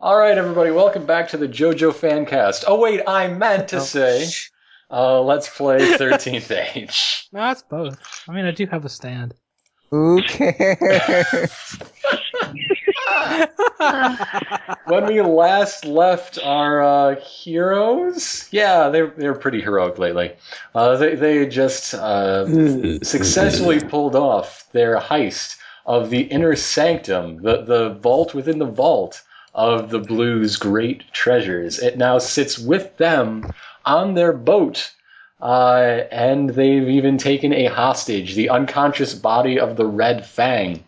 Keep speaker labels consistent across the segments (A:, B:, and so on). A: All right, everybody, welcome back to the JoJo Fancast. Oh wait, I meant to
B: Oh.
A: say, uh, let's play Thirteenth Age.
C: No, it's both. I mean, I do have a stand.
B: Who cares?
A: When we last left our uh, heroes, yeah, they're they're pretty heroic lately. Uh, they they just uh, successfully pulled off their heist of the inner sanctum, the, the vault within the vault of the blues' great treasures. It now sits with them on their boat, uh, and they've even taken a hostage, the unconscious body of the Red Fang.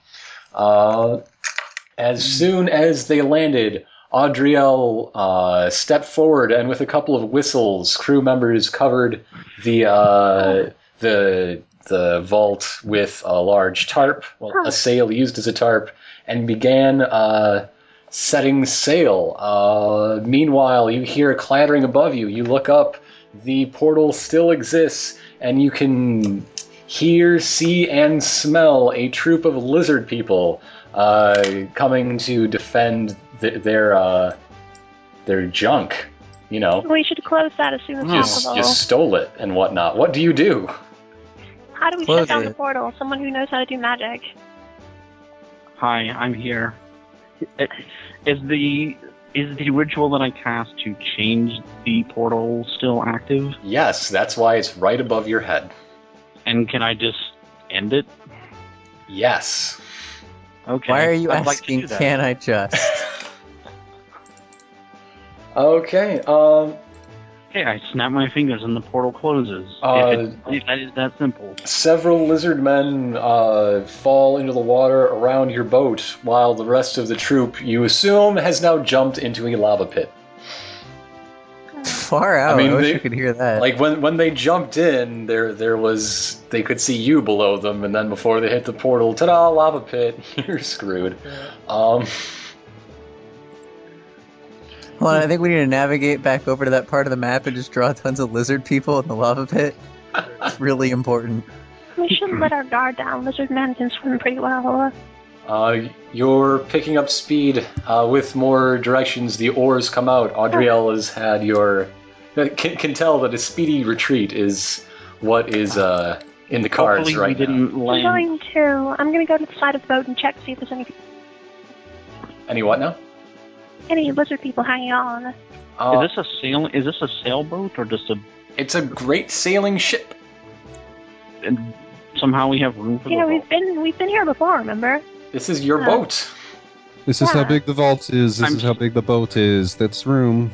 A: Uh, as soon as they landed, Audriel uh, stepped forward and, with a couple of whistles, crew members covered the uh, the the vault with a large tarp, well, a sail used as a tarp, and began uh, setting sail. Uh, meanwhile, you hear clattering above you. You look up. The portal still exists, and you can hear, see, and smell a troop of lizard people uh, coming to defend th- their uh, their junk. You know,
D: We should close that as soon as
A: you, s-
D: possible.
A: you stole it and whatnot. What do you do?
D: How do we
B: Close
D: shut down the
B: it.
D: portal? Someone who knows how to do magic.
E: Hi, I'm here. I- Is the is the ritual that I cast to change the portal still active?
A: Yes, that's why it's right above your head.
E: And can I just end it?
A: Yes.
E: Okay.
B: Why are you
E: I'd like to
B: asking?
E: do that.
B: can I just?
A: Okay. Um.
E: Okay, I snap my fingers and the portal closes.
A: Uh,
E: if it, if that is that simple.
A: Several lizard men uh, fall into the water around your boat, while the rest of the troop, you assume, has now jumped into a lava pit.
B: Far out. I,
A: mean,
B: wish
A: they-
B: you could hear that.
A: Like when when they jumped in, there there was they could see you below them, and then before they hit the portal, ta-da, lava pit, you're screwed. Um,
B: Hold on, I think we need to navigate back over to that part of the map and just draw tons of lizard people in the lava pit. It's really important.
D: We should let our guard down. Lizard men can swim pretty well.
A: uh, you're picking up speed uh, with more directions. The oars come out. Audriel has had your can, can tell that a speedy retreat is what is uh, in the cards
E: Hopefully
A: right
E: we
A: now.
E: didn't
D: I'm
E: land.
D: going to. I'm going to go to the side of the boat and check to see if there's any
A: Any what now?
D: any lizard people hanging on.
A: Uh,
E: Is this a sail? Is this a sailboat or just a?
A: it's a great sailing ship.
E: and somehow we have room for
D: You know,
E: the
D: we've
E: boat.
D: been we've been here before. Remember?
A: This is your
D: Uh.
A: boat.
F: This is how
D: Yeah.
F: big the vault is. This
E: I'm
F: is how
E: s-
F: big the boat is. That's room.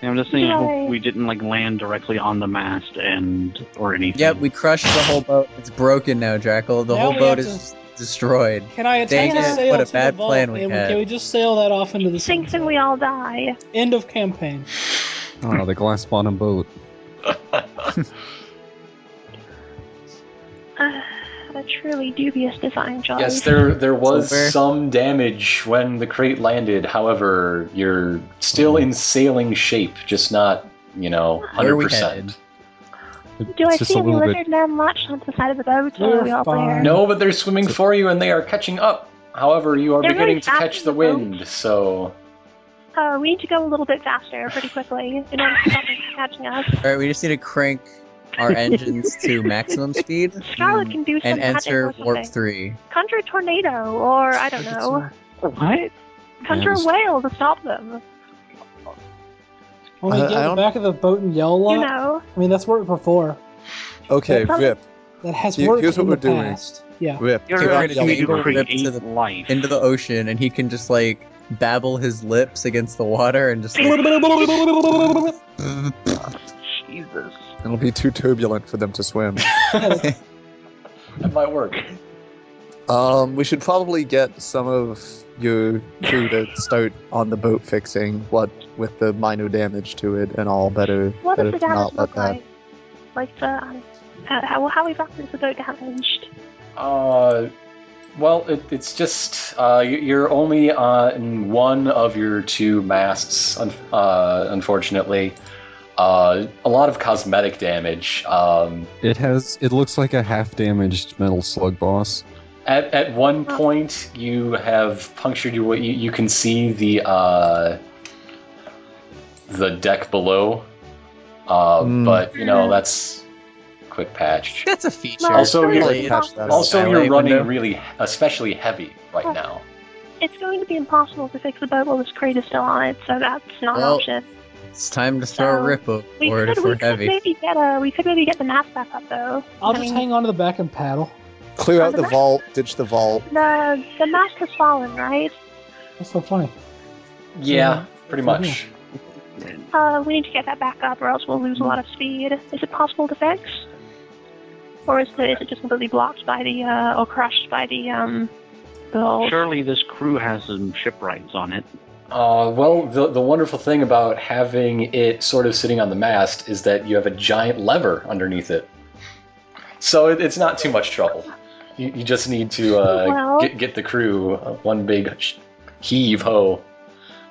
E: I'm just saying, I
D: Yay.
E: hope we didn't like land directly on the mast and or anything.
B: Yep, we crushed the whole boat. It's broken now, Drackle. The
C: Now
B: whole
C: we
B: boat
C: have
B: is destroyed.
C: Can I attempt
D: Dang
C: to
D: it,
C: sail
B: what a
C: to
B: bad
C: the vault?
B: plan we
C: and
B: had.
C: Can we just sail that off into the
D: Sinks
C: sunset?
D: and we all die.
C: End of campaign.
F: Oh, the glass bottom boat.
D: Uh, a truly dubious design, John.
A: Yes, there there was
B: Silver.
A: some damage when the crate landed. However, you're
E: Hmm.
A: still in sailing shape, just not you know
B: Where
A: hundred
B: we
A: percent.
F: It-
D: Do I
F: it's just
D: see
F: a
D: any
F: little
D: lizard
F: bit.
D: men latched onto the side of the boat, or
C: We're
D: are we all
C: fine.
D: there?
A: No, but they're swimming for you, and they are catching up. However, you are
D: They're
A: beginning
D: really
A: to
D: fast
A: catch
D: in
A: the
D: the boat.
A: wind, so
D: Uh, we need to go a little bit faster, pretty quickly, in order to stop them from catching us.
B: All right, we just need to crank our engines to maximum speed
D: Scarlet can do some
B: Hmm. and
D: magic
B: enter
D: or
B: warp
D: something.
B: three.
D: Conjure a tornado, or I don't know,
E: What?
D: conjure a
F: just-
D: whale to stop them.
C: When we
G: I-
C: get
G: I
C: in the
G: don't-
C: back of the boat and yell a lot,
D: You know,
C: I mean, that's worked before.
G: Okay,
D: Well,
G: Vip.
C: That has
G: Here-
C: worked
G: here's what
C: in
G: we're
C: the
G: doing.
C: past. Yeah.
G: Vip.
E: You're
B: we're gonna
E: asking me to
B: dangle
E: create
B: lips to the-
E: life.
B: into the ocean and he can just like babble his lips against the water and just like,
E: Jesus.
G: It'll be too turbulent for them to swim.
A: that might work.
G: um, we should probably get some of your crew to start on the boat fixing what with the minor damage to it and all. Better,
D: what
G: better
D: does the
G: to
D: damage
G: not let
D: look
G: that.
D: like? Like the um, how how how exactly is the boat damaged?
A: Uh, well, it, it's just uh, y- you're only on one of your two masts, un- uh, unfortunately. Uh, a lot of cosmetic damage. Um,
F: It has. It looks like a half-damaged metal slug boss.
A: At, at one point, you have punctured your way. You, you can see the uh, the deck below, uh,
G: Mm.
A: but you know that's quick patch.
B: That's a feature.
A: Also,
D: Sorry,
A: you're-
D: it's
G: Catch that.
D: impossible.
A: Also,
B: Skylight
A: you're running
B: window.
A: really, especially heavy right now.
D: It's going to be impossible to fix the boat while this crate is still on it, so that's not
B: Well,
D: an option.
B: It's time to throw a
D: So,
B: rip over
D: We
B: it
D: could,
B: if
D: we
B: we're
D: could
B: heavy.
D: maybe get a, we could maybe get the mast back up though.
C: I'll
D: I
C: just
D: mean,
C: hang on to the back and paddle.
G: Clear out
D: the
G: the
D: map?
G: vault, ditch the vault.
D: The the mast has fallen, right?
C: That's so funny.
A: Yeah, pretty
C: Yeah.
A: much.
D: Uh, we need to get that back up, or else we'll lose a lot of speed. Is it possible to fix? Or is, the, is it just completely blocked by the, uh, or crushed by the, um, the
E: Surely this crew has some shipwrights on it.
A: Uh, well, the, the wonderful thing about having it sort of sitting on the mast is that you have a giant lever underneath it. So it, it's not too much trouble. You, you just need to uh,
D: Well-
A: get, get the crew uh, one big sh- heave ho.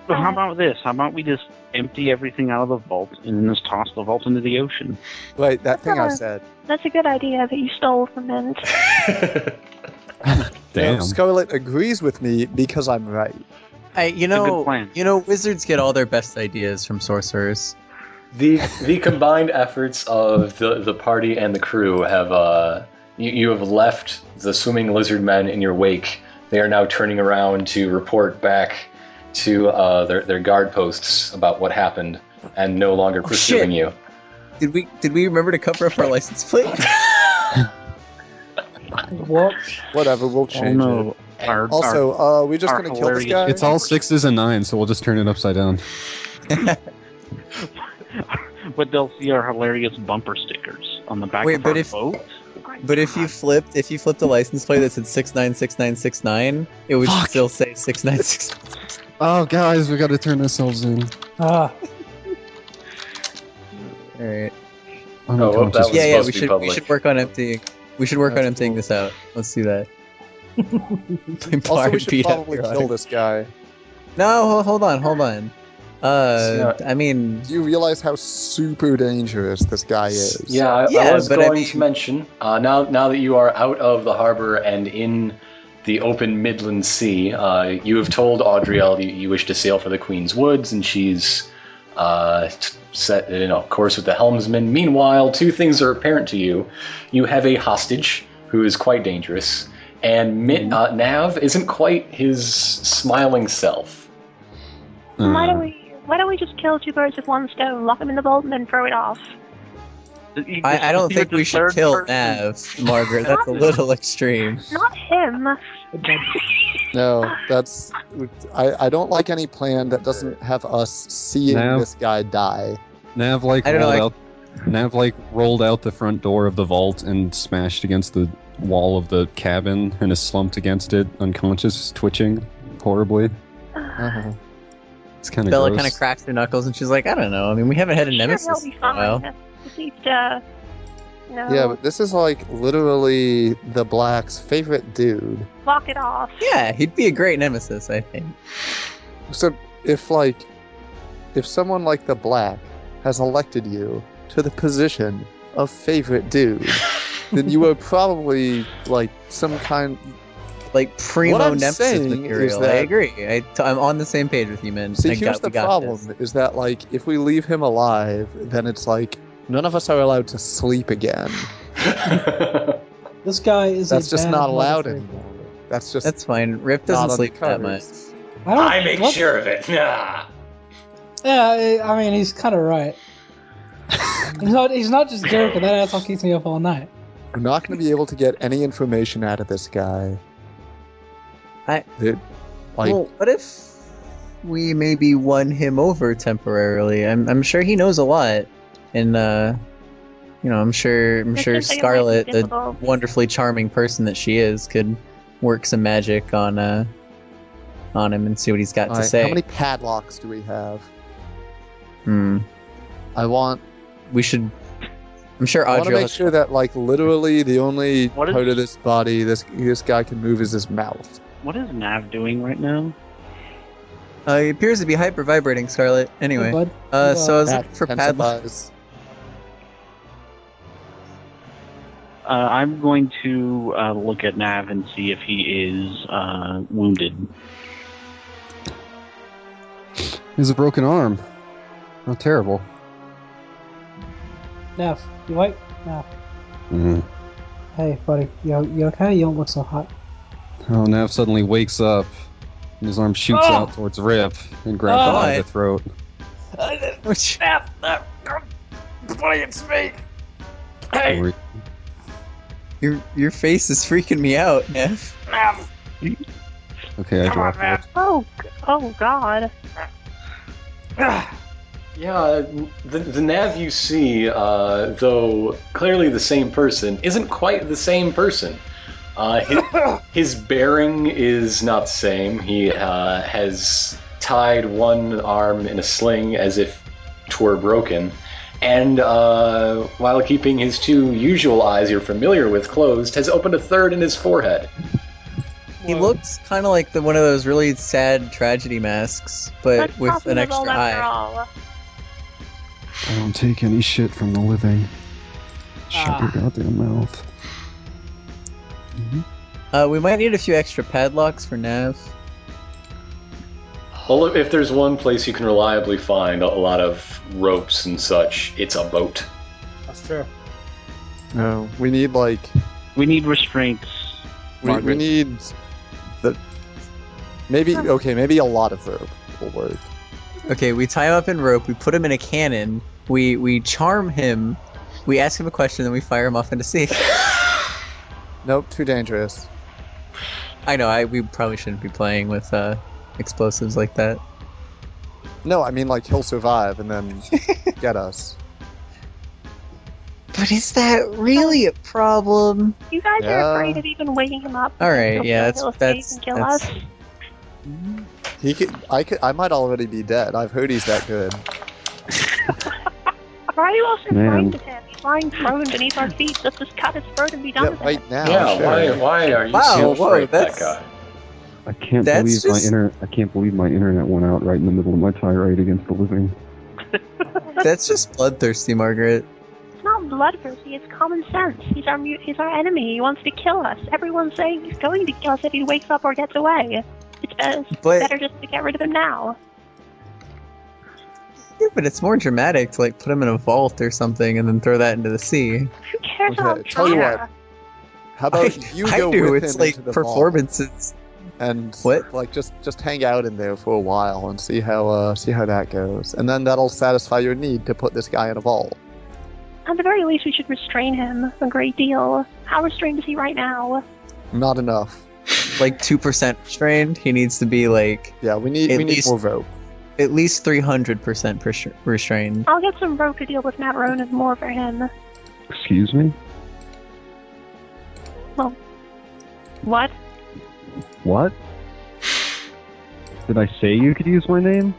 E: Well, how about this? How about we just empty everything out of the vault and just toss the vault into the ocean?
G: Wait, that thing
D: Yeah.
G: I said.
D: That's a good idea that you stole from Mint.
F: Damn.
G: Now, Um, Scarlet agrees with me because I'm right.
B: I,
E: It's
B: you
E: a good
B: know,
E: plan.
B: you know, wizards get all their best ideas from sorcerers.
A: the the combined efforts of the, the party and the crew have uh you, you have left the swimming lizard men in your wake. They are now turning around to report back to uh, their their guard posts about what happened and no longer
B: Oh,
A: pursuing you.
B: Did we? Did we remember to cover up our license plate?
C: Whoops.
G: Whatever, we'll change it.
E: Oh, Our,
G: Also, uh, are we just
E: Are
G: gonna kill this
E: hilarious.
G: guy?
F: It's all sixes and nines, so we'll just turn it upside down.
E: our, what they'll see are hilarious bumper stickers on the back
B: Wait,
E: of
B: but
E: our
B: if-
E: boat.
B: But if you flipped, if you flipped a license plate that said six nine six nine six nine, it would
F: Fuck.
B: still say six nine six.
F: Oh, guys, we gotta turn ourselves in.
C: Ah,
B: All right.
F: I'm
A: Oh, well,
F: unconscious.
A: that was-
B: Yeah, yeah.
A: supposed to
B: We
A: be
B: should we
A: public.
B: should work on emptying. We should work on
F: That's
B: emptying
F: cool.
B: this out. Let's do that.
G: Also, we
B: Barb
G: should
B: beat up
G: probably
B: Veronica.
G: kill this guy.
B: No, ho- hold on, hold on.
A: It's
B: Uh,
A: not-
B: I mean,
G: Do you realize how super dangerous this guy is?
A: Yeah, I, I
B: Yeah,
A: was
B: but I
A: going
B: mean-
A: to mention uh, now. Now that you are out of the harbor and in the open Midland Sea, uh, you have told Audriel you, you wish to sail for the Queen's Woods, and she's uh, t- set, you know, course with the helmsman. Meanwhile, two things are apparent to you: you have a hostage who is quite dangerous, and
B: Mm-hmm.
A: Mit, uh, Nav isn't quite his smiling self.
B: Mm.
D: Why don't
F: Uh,
D: we, why don't we just kill two birds with one stone, lock them in the vault, and then throw it off?
B: I, I don't think we should kill
E: that.
B: Nav, Margaret. That's a little extreme.
D: Not him.
C: good job.
G: No, that's. I, I don't like any plan that doesn't have us seeing
F: No.
G: this guy die.
F: Nav like
B: I
F: rolled
B: don't know,
F: out. Nav like rolled out the front door of the vault and smashed against the wall of the cabin and is slumped against it, unconscious, twitching horribly.
G: Uh-huh.
F: It's kind of
B: Bella
F: gross.
B: kind of cracks her knuckles and she's like, I don't know. I mean, we haven't had a nemesis
D: Sure, he'll
B: in
D: be
B: a while.
D: fine. At least, uh, no,
G: Yeah, but this is like literally the Black's favorite dude.
D: lock it off.
B: Yeah, he'd be a great nemesis, I think.
G: So if like if someone like the black has elected you to the position of favorite dude, then you are probably like some kind
B: Like primo
G: What I'm
B: nemesis
G: saying is
B: material. I
G: that-
B: agree. I, t- I'm on the same page with you, man.
G: See
B: I
G: here's
B: got, we
G: the
B: got
G: problem
B: this.
G: is that like if we leave him alive, then it's like none of us are allowed to sleep again.
C: This guy is.
G: That's
C: a
G: just
C: bad
G: not allowed
C: motherfucker.
G: anymore. That's just
B: That's fine. Rip
G: not
B: doesn't
G: on
B: sleep
G: the
B: that much.
G: cards.
C: I, don't, what-
A: of it. Nah.
C: Yeah, I I mean, he's kind of right. he's, not, he's not just Derek, and that asshole keeps me up all night.
G: We're not going to be able to get any information out of this guy.
B: I-
G: It- like
B: well, what if we maybe won him over temporarily? I'm, I'm sure he knows a lot, and uh, you know, I'm sure I'm
D: This
B: sure
D: seems like it might be
B: Scarlet, the
D: difficult.
B: wonderfully charming person that she is, could work some magic on uh on him and see what he's got
G: all
B: to
G: right,
B: say.
G: how many padlocks do we have?
B: Hmm.
G: I want
B: We should. I'm sure
G: I want to
B: Audrey.
G: make sure that, like, literally the only
E: What is-
G: part of this body this this guy can move is his mouth.
E: What is Nav doing right now?
B: Uh, he appears to be hyper vibrating, Scarlet. Anyway,
C: Bud,
B: uh, so I was
G: That
B: looking for padlock.
G: intensifies-
E: Uh, I'm going to uh, look at Nav and see if he is uh, wounded.
F: He's a broken arm. Not terrible.
C: Nav, you wait. Nav,
F: Mm.
C: hey buddy, you you okay? You don't look so hot.
F: Oh, Nav suddenly wakes up, and his arm shoots
C: Oh!
F: out towards Rip and grabs him by the
B: God.
F: throat.
E: Uh,
B: Which
F: Re-
B: your your face is freaking me out, Neff.
F: Okay, I drop it.
D: Oh, g- oh God.
A: Yeah, uh, the, the nav you see, uh, though clearly the same person, isn't quite the same person. Uh, his, his bearing is not the same. He uh, has tied one arm in a sling as if 'twere broken, and uh, while keeping his two usual eyes you're familiar with closed, has opened a third in his forehead.
B: He looks kind of like the one of those really sad tragedy masks, but
D: That's
B: with
D: possible
B: an
D: to
B: extra
D: roll after
B: eye.
D: all.
F: I don't take any shit from the living. Shut
C: Ah.
F: your goddamn mouth.
B: Uh, we might need a few extra padlocks for Nav.
A: Although, if there's one place you can reliably find a lot of ropes and such, it's a boat.
C: That's true.
G: No, we need like
E: We need restraints.
G: we, we
E: Margaret.
G: need the maybe okay maybe a lot of rope will work.
B: Okay, we tie him up in rope. We put him in a cannon. We we charm him. We ask him a question, then we fire him off into sea.
G: Nope, too dangerous.
B: I know. I we probably shouldn't be playing with uh, explosives like that.
G: No, I mean like he'll survive and then get us.
B: But is that really a problem?
D: You guys
G: Yeah.
D: are afraid of even waking him up.
B: All right. Yeah,
D: he'll
B: that's
D: escape
B: that's
D: and kill
B: that's.
D: us.
G: He could, I could, I might already be dead. I've heard he's that good.
D: Why are you all so
F: Man.
D: frightened of him? He's lying prone beneath our feet. Let's just cut his throat and be done
G: Yeah,
D: with it.
G: right now.
A: yeah,
G: Oh, sure.
A: why, why are you
B: Wow,
A: so
B: whoa,
A: afraid of that
B: that's-
A: guy?
F: I can't
B: That's
F: believe
B: just-
F: my inter- I can't believe my internet went out right in the middle of my tirade against the living.
B: That's just bloodthirsty, Margaret.
D: It's not bloodthirsty. It's common sense. He's our mu- he's our enemy. He wants to kill us. Everyone's saying he's going to kill us if he wakes up or gets away. It's better,
B: But
D: better just to get rid of him now.
B: yeah, but it's more dramatic to like put him in a vault or something and then throw that into the sea.
D: Who cares
G: Okay,
D: about
G: tell you
D: drama?
G: How
B: I-
G: about you
B: I
G: go
B: do.
G: with
B: it's
G: him
B: like
G: into the
B: performances.
G: vault and
B: What?
G: like just just hang out in there for a while and see how uh see how that goes, and then that'll satisfy your need to put this guy in a vault.
D: At the very least, we should restrain him a great deal. How restrained is he right now?
G: Not enough.
B: Like two percent restrained. He needs to be like
G: Yeah, we need
B: At
G: we need
B: least-
G: more rope.
B: at least three hundred percent restrained.
D: I'll get some rope to deal with Mavarone and more for him.
F: Excuse me?
D: What?
F: What? Did I say you could use my name?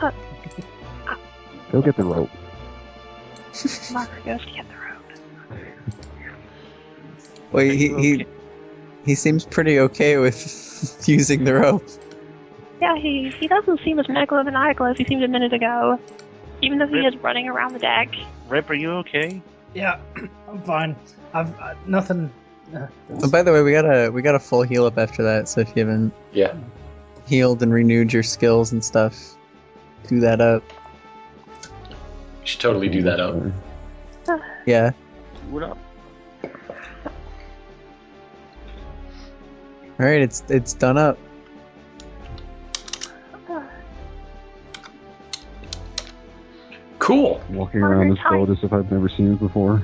D: Uh,
F: Go get the rope.
D: Margaret goes to get the rope.
B: Wait, he he, he seems pretty okay with using the rope.
D: Yeah, he, he doesn't seem as megalomaniacal as he seemed a minute ago. Even though he is running around the deck.
E: Rip, are you okay?
C: Yeah, I'm fine. I've uh, nothing. Uh,
B: Oh, by the way, we got a we got a full heal up after that. So if you haven't
A: Yeah.
B: healed and renewed your skills and stuff, do that up.
A: You should totally do that uh, up.
B: Yeah.
E: What up?
B: All right, it's it's done up.
A: Cool.
F: Walking around this boat as if I've never seen it before.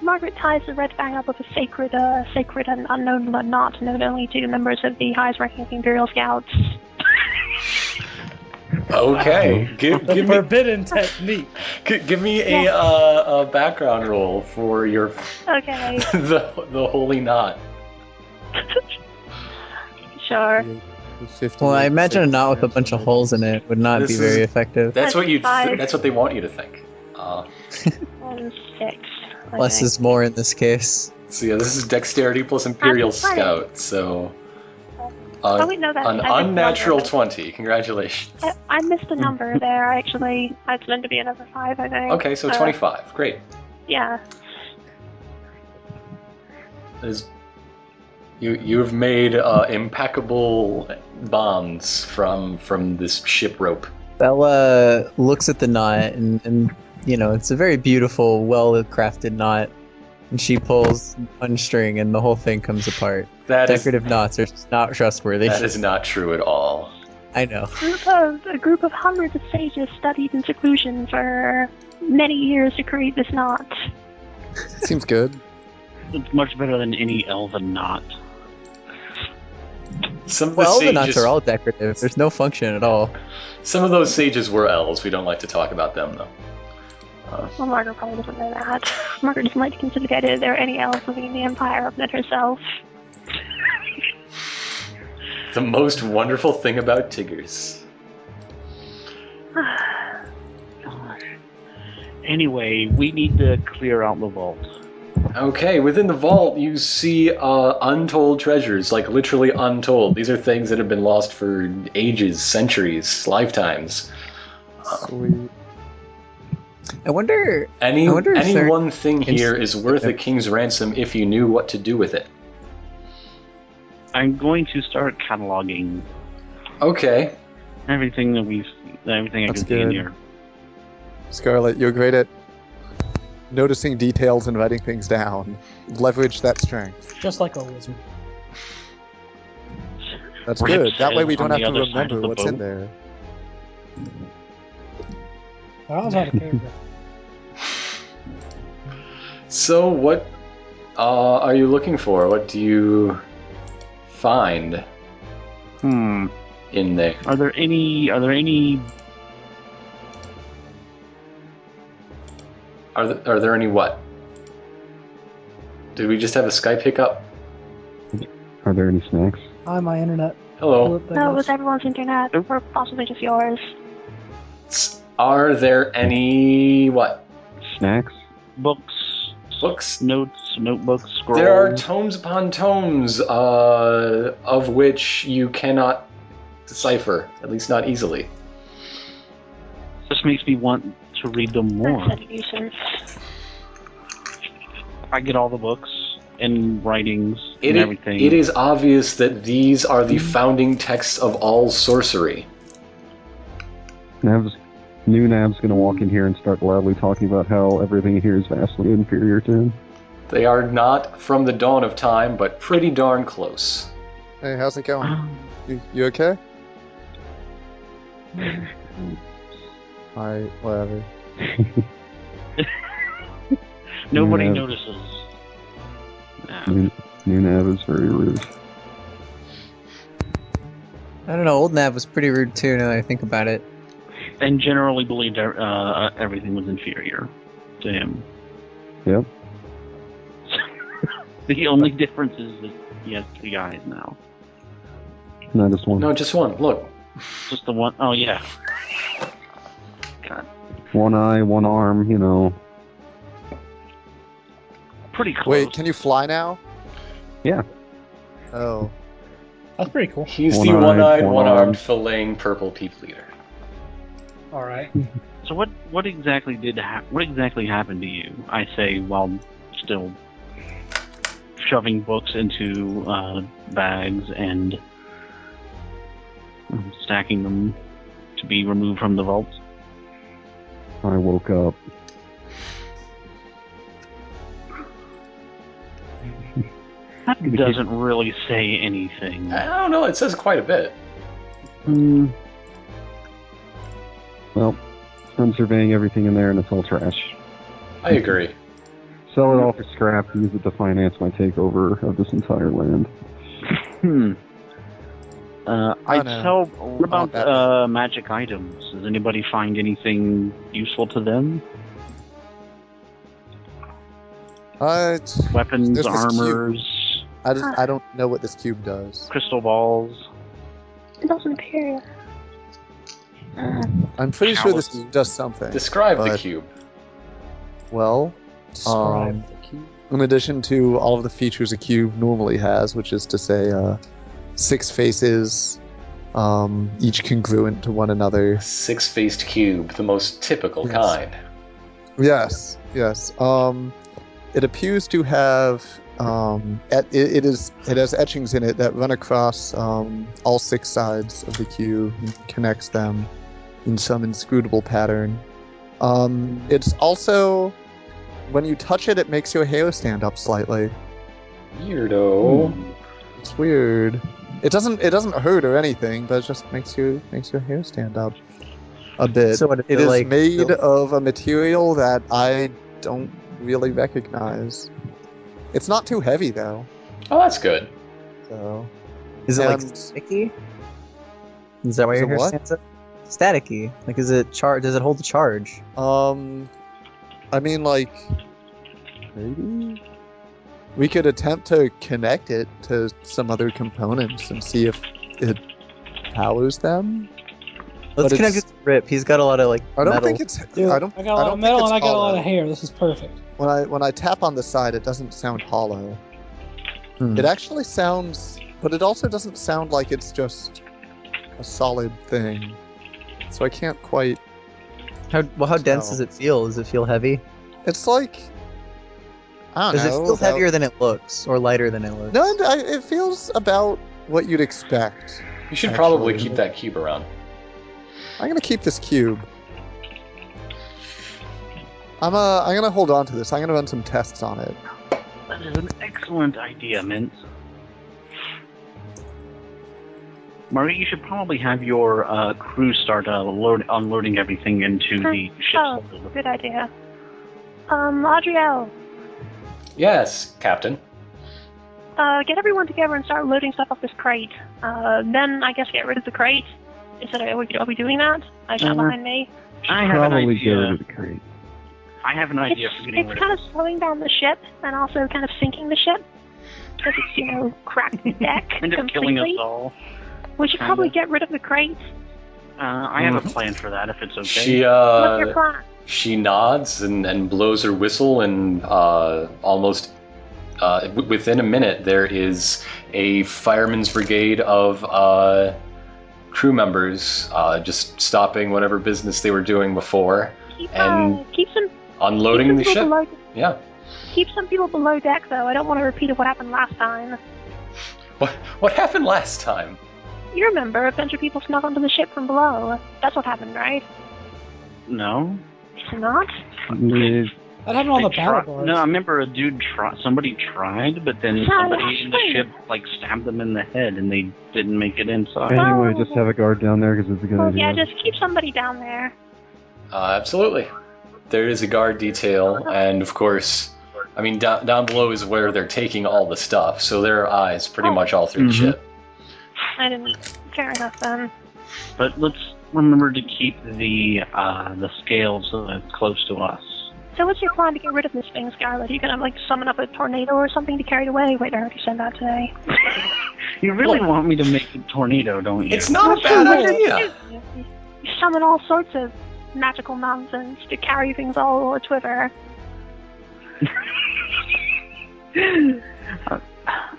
D: Margaret ties the red fang up with a sacred, uh, sacred and unknown knot known only to members of the highest ranking Imperial Scouts.
A: Okay. Give, give me
C: forbidden technique.
A: gi- give me a, uh, a background roll for your
D: Okay,
A: the the holy knot.
D: sure.
B: Well, I imagine a knot with a bunch of holes in it would not
A: This
B: be
A: is-
B: very effective.
A: That's what you.
D: Five.
A: Th- that's what they want you to think. Uh,
D: One, six. I
B: Less
D: think.
B: is more in this case.
A: so yeah, this is dexterity plus imperial
D: That's funny.
A: scout. So
D: Oh,
A: uh,
D: wait, no, that's
A: an
D: I missed one
A: unnatural
D: number.
A: twenty. Congratulations.
D: I, I missed a number there, actually. It's uh, meant to be another five, I think.
A: Okay, so
D: Uh,
A: twenty-five. Great.
D: Yeah.
A: is you you've made uh, impeccable bonds from from this ship rope.
B: Bella uh, looks at the knot and, and you know, it's a very beautiful, well crafted knot. And she pulls one string and the whole thing comes apart.
A: That is
B: Decorative knots are just not trustworthy.
A: that is not true at all.
B: I know.
D: group of a group of hundreds of sages studied in seclusion for many years to create this knot.
G: Seems good.
H: It's much better than any elven knot.
A: Some of the
B: Well, the
A: sages,
B: knots are all decorative. There's no function at all.
A: some of those sages were elves. We don't like to talk about them though.
D: Well, Margaret probably doesn't know that. Margaret doesn't like to consider the idea that there are any elves living in the Empire other than herself.
A: The most wonderful thing about Tiggers.
H: Gosh. Anyway, we need to clear out the vault.
A: Okay, within the vault, you see uh, untold treasures, like literally untold. These are things that have been lost for ages, centuries, lifetimes.
G: Sweet.
B: I wonder
A: Any
B: I wonder if
A: any
B: there-
A: one thing here is worth a
B: Yeah.
A: king's ransom if you knew what to do with it.
H: I'm going to start cataloging
A: Okay,
H: everything that we've, everything I
G: That's
H: can see in
G: good.
H: here.
G: Scarlet, you're great at noticing details and writing things down. Leverage that strength.
C: Just like a wizard.
G: That's
H: Rip
G: good. That way
H: says
G: we don't
H: on
G: have
H: the
G: to
H: other side
G: remember
H: of the
G: what's in
H: boat.
G: there.
C: I always had a paragraph.
A: so what uh, are you looking for? What do you find
H: Hmm.
A: in there?
H: Are there any? Are there any?
A: Are th- are there any what? Did we just have a Skype hiccup?
F: Are there any snacks?
C: Hi, my internet.
A: Hello.
C: Pull up
D: No, it was
C: that
D: everyone's internet, or possibly just yours.
A: S- Are there any what?
F: Snacks?
H: Books,
A: Books?
H: notes, notebooks, scrolls.
A: There are tomes upon tomes uh, of which you cannot decipher, at least not easily.
H: this makes me want to read them more.
D: That's nuisance.
H: I get all the books and writings
A: It
H: and
A: i-
H: everything.
A: it is obvious that these are the founding texts of all sorcery.
F: Nav's new Nav's gonna walk in here and start loudly talking about how everything here is vastly inferior to him.
A: They are not from the dawn of time, but pretty darn close.
G: Hey, how's it going?
H: Ah,
G: You, you okay? Alright, whatever.
H: Nobody
F: Yeah.
H: notices. Ah.
F: new, new Nav is very rude.
B: I don't know, old Nav was pretty rude too now that I think about it.
H: and generally believed uh, everything was inferior to him.
F: Yep.
H: the only difference is that he has three eyes now.
F: Not just one.
A: No, just one. Look.
H: Just the one oh yeah.
F: One eye, one arm, you know.
H: Pretty close.
G: Wait, can you fly now?
F: Yeah.
G: Oh.
C: That's pretty cool.
A: He's the
F: One-eyed,
A: one eyed,
F: one-armed.
A: one armed, filleting purple peep leader.
C: All right.
H: so what what exactly did hap what exactly happened to you? I say while still shoving books into uh, bags and um, stacking them to be removed from the vault.
F: I woke up.
H: That doesn't really say anything.
E: Uh,
A: I don't know, it says quite a bit.
F: Hmm. Well, I'm surveying everything in there and it's all trash.
A: I agree.
F: Sell it all for scrap, use it to finance my takeover of this entire land.
H: Hmm. Uh, I
G: Oh, no.
H: tell. What
G: Not
H: about
G: that.
H: uh, magic items? Does anybody find anything useful to them?
G: Uh,
H: Weapons,
G: There's this cube.
H: armors,
G: I, just, I don't know what this cube does.
H: crystal balls.
D: It doesn't appear. Uh,
G: I'm pretty sure this
H: Chalices.
G: cube does something.
A: Describe the
G: But-
A: cube.
G: Well,
C: Describe
G: Um,
C: the cube.
G: in addition to all of the features a cube normally has, which is to say, uh, six faces, um, each congruent to one another.
A: Six faced cube, the most typical
G: Yes.
A: kind.
G: Yes, yes. Um, it appears to have um, et- it, it is it has etchings in it that run across um, all six sides of the cube and connects them in some inscrutable pattern. Um, it's also when you touch it, it makes your hair stand up slightly.
A: Weirdo.
G: It's weird. It doesn't it doesn't hurt or anything, but it just makes you makes your hair stand up a bit.
B: So what is
G: it
B: it
G: is
B: like-
G: made of a material that I don't really recognize. It's not too heavy though,
A: Oh, that's good.
G: so
B: Is it like
G: And-
B: staticky? Is that why
G: Is
B: your
G: it
B: hair
G: what?
B: stands up? Staticky. Like, is it char? Does it hold the charge?
G: Um, I mean, like, maybe we could attempt to connect it to some other components and see if it powers them.
B: Let's
G: But it's-
B: connect it to Rip. He's got a lot of like
G: I don't
B: metal.
G: think it's.
C: Dude,
G: I don't.
C: I got a
G: I
C: lot
G: don't
C: of
G: think
C: metal
G: it's
C: and I got a lot
G: hollow.
C: of hair. This is perfect.
G: When I when I tap on the side, it doesn't sound hollow.
B: Hmm.
G: It actually sounds, but it also doesn't sound like it's just a solid thing. So I can't quite.
B: How, well, how dense
G: No.
B: does it feel? Does it feel heavy?
G: It's like. I don't
B: Does it
G: know.
B: feel
G: about-
B: heavier than it looks, or lighter than it looks?
G: No, it- I- it feels about what you'd expect.
A: You should probably
G: Actually.
A: keep that cube around.
G: I'm gonna keep this cube. I'm uh, I'm gonna hold on to this. I'm gonna run some tests on it.
E: That is an excellent idea, Mint. Marie, you should probably have your uh, crew start uh, load- unloading everything into the ship's
D: Oh.
E: hold.
D: Good idea. Um, Adriel,
A: Yes, Captain.
D: uh, get everyone together and start loading stuff off this crate. Uh, then I guess get rid of the crate. Is that are we, are we doing that? I got
E: Uh,
D: behind me.
E: I have an
F: Probably get rid
E: idea.
F: of the crate.
E: I have an idea
D: It's,
E: for getting
D: it's
E: rid
D: kind
E: of
D: of slowing down the ship and also kind of sinking the ship because it's you know cracked the deck
E: End up killing us
D: completely.
E: all.
D: We should probably
E: kinda.
D: get rid of the crate.
E: Uh, I have a plan for that if it's okay.
A: Mm-hmm. She
D: What's your
A: uh,
D: plan?
A: she nods and, and blows her whistle, and uh, almost uh, w- within a minute, there is a fireman's brigade of uh, crew members uh, just stopping whatever business they were doing before,
D: Keep, uh,
A: And
D: keep some keep
A: unloading
D: some
A: the
D: people
A: ship.
D: below.
A: Yeah.
D: Keep some people below deck though. I don't want to repeat of what happened last time.
A: What what happened last time?
D: You remember a bunch of people snuck onto the ship from below. That's what happened, right?
E: no.
D: Is it not?
F: Mm,
C: That happened on
E: They
C: the battle
E: tri-
C: board.
E: No, I remember a dude try- somebody tried, but then
D: Yeah,
E: somebody
D: that's
E: in the
D: fine.
E: ship like stabbed them in the head, and they didn't make it inside.
F: Anyway, just have a guard down there because it's a good
D: Well,
F: idea.
D: yeah, just keep somebody down there.
A: Uh, absolutely. There is a guard detail, and of course, I mean, down, down below is where they're taking all the stuff, so there are eyes pretty much all through the
E: Mhm.
A: ship.
D: I didn't. Fair enough then.
E: But let's remember to keep the uh, the scales uh, close to us.
D: So what's your plan to get rid of this thing, Scarlet? Are you gonna like summon up a tornado or something to carry it away? Wait, I already said that today.
E: you really want me to make a tornado, don't you?
A: It's not a bad idea.
D: You summon all sorts of magical nonsense to carry things all a twitter.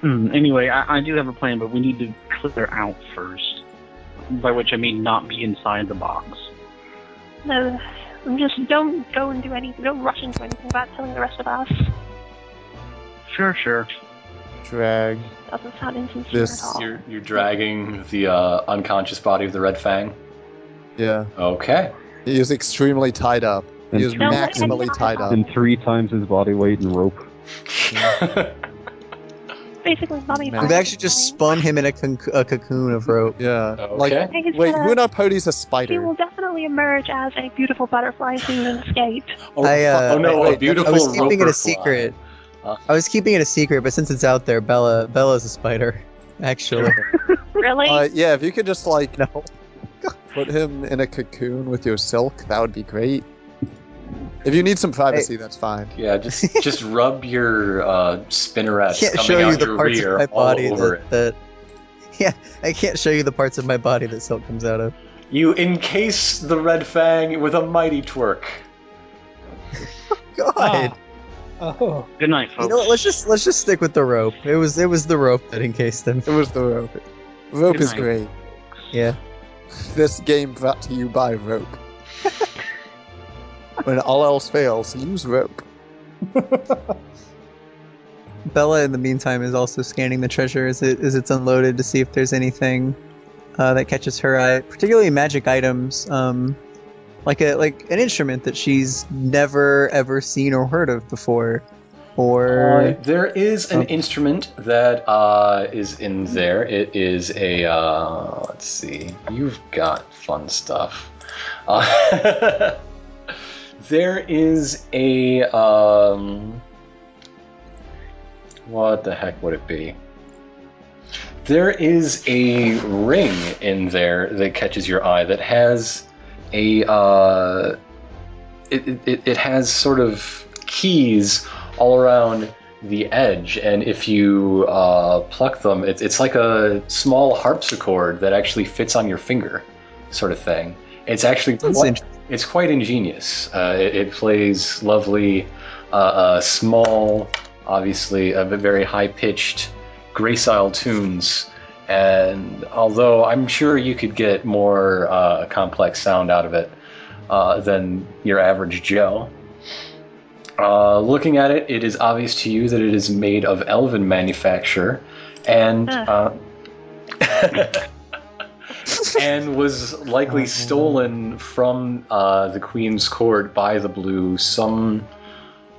E: Hmm, anyway, I, I do have a plan, but we need to clear out first. By which I mean not be inside the box.
D: No, I'm just don't go and do anything. Don't rush into anything without telling the rest of us.
E: Sure, sure.
G: Drag
D: Doesn't sound insincere
G: This-
B: Oh.
D: at all.
A: You're, you're dragging the uh, unconscious body of the Red Fang.
G: Yeah.
A: Okay.
G: He is extremely tied up. He is
F: And,
D: No,
F: three,
D: let him
G: maximally
D: not-
G: tied
C: Uh,
G: up.
F: and three times his body weight in rope.
B: uh,
D: Basically, mummy. body
G: Man. We've
B: We've actually just
D: design.
B: spun him in a, conc- a cocoon of rope.
G: Yeah.
A: Okay.
G: Like,
D: Hey, he's
G: wait,
D: gonna-
G: who in our party's a
D: He
G: spider?
D: will definitely emerge as a beautiful butterfly who will escape.
A: Oh,
B: I, uh,
A: oh no,
G: wait,
A: a
G: wait,
A: beautiful Uh-huh.
B: I was keeping it
A: roper
B: a secret.
A: Huh?
B: I was keeping it a secret, but since it's out there, Bella Bella's a spider. Actually,
D: Really?
G: Uh, yeah. If you could just like
B: no.
G: put him in a cocoon with your silk, that would be great. If you need some privacy, that's fine.
A: fly. Yeah, just just rub your uh, spinnerets
B: can't
A: coming
B: show
A: out
B: you the
A: your
B: parts
A: rear
B: of my
A: all
B: body
A: over
B: that, that. Yeah, I can't show you the parts of my body that silk comes out of.
A: it. You encase the Red Fang with a mighty twerk.
B: God,
C: Ah. Oh,
E: Good night, folks.
B: you know what? Let's just let's just stick with the rope. It was it was the rope that encased him.
G: It was the rope. Rope
E: Good
G: is
E: night.
G: great.
B: Yeah.
G: This game brought to you by rope. when all else fails, use rope.
B: Bella, in the meantime, is also scanning the treasure as, it, as it's unloaded to see if there's anything uh, that catches her eye, particularly magic items, um, like a like an instrument that she's never ever seen or heard of before,
A: Uh,
B: or
A: there is an
B: Oh.
A: instrument that uh, is in there. It is a. Uh, let's see. You've got fun stuff. Uh, there is a. Um, what the heck would it be? There is a ring in there that catches your eye that has a. Uh, it, it- it, it has sort of keys all around the edge, and if you uh, pluck them, it, it's like a small harpsichord that actually fits on your finger, sort of thing. It's actually
B: That's
A: quite,
B: interesting.
A: it's quite ingenious. Uh, it, it plays lovely, uh, uh, small, obviously, uh, but very high pitched, gracile tunes. And although I'm sure you could get more uh, complex sound out of it uh, than your average Joe, uh, looking at it, it is obvious to you that it is made of elven manufacture, and uh, and was likely stolen from uh, the queen's court by the blue. Some,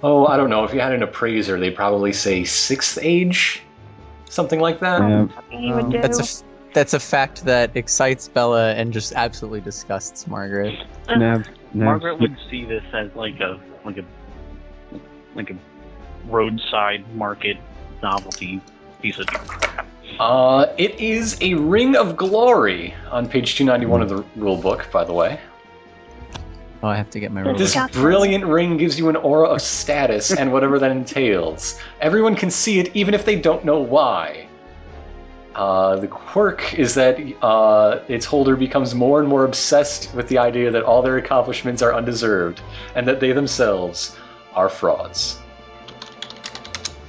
A: oh, I don't know. If you had an appraiser, they probably say sixth age, something like that.
F: Yeah.
D: Something you would
B: Um,
D: do.
B: that's a f- that's a fact that excites Bella and just absolutely disgusts Margaret.
C: Uh,
D: Ugh.
F: Nav, Nav,
E: Margaret would see this as like a like a like a roadside market novelty piece of crap.
A: Uh, it is a ring of glory on page two ninety one of the rule book, by the way.
B: Oh, I have to get my
D: This
B: ruler.
A: This
D: Disgusting.
A: brilliant ring gives you an aura of status and whatever that entails. Everyone can see it, even if they don't know why. Uh, the quirk is that uh, its holder becomes more and more obsessed with the idea that all their accomplishments are undeserved and that they themselves are frauds.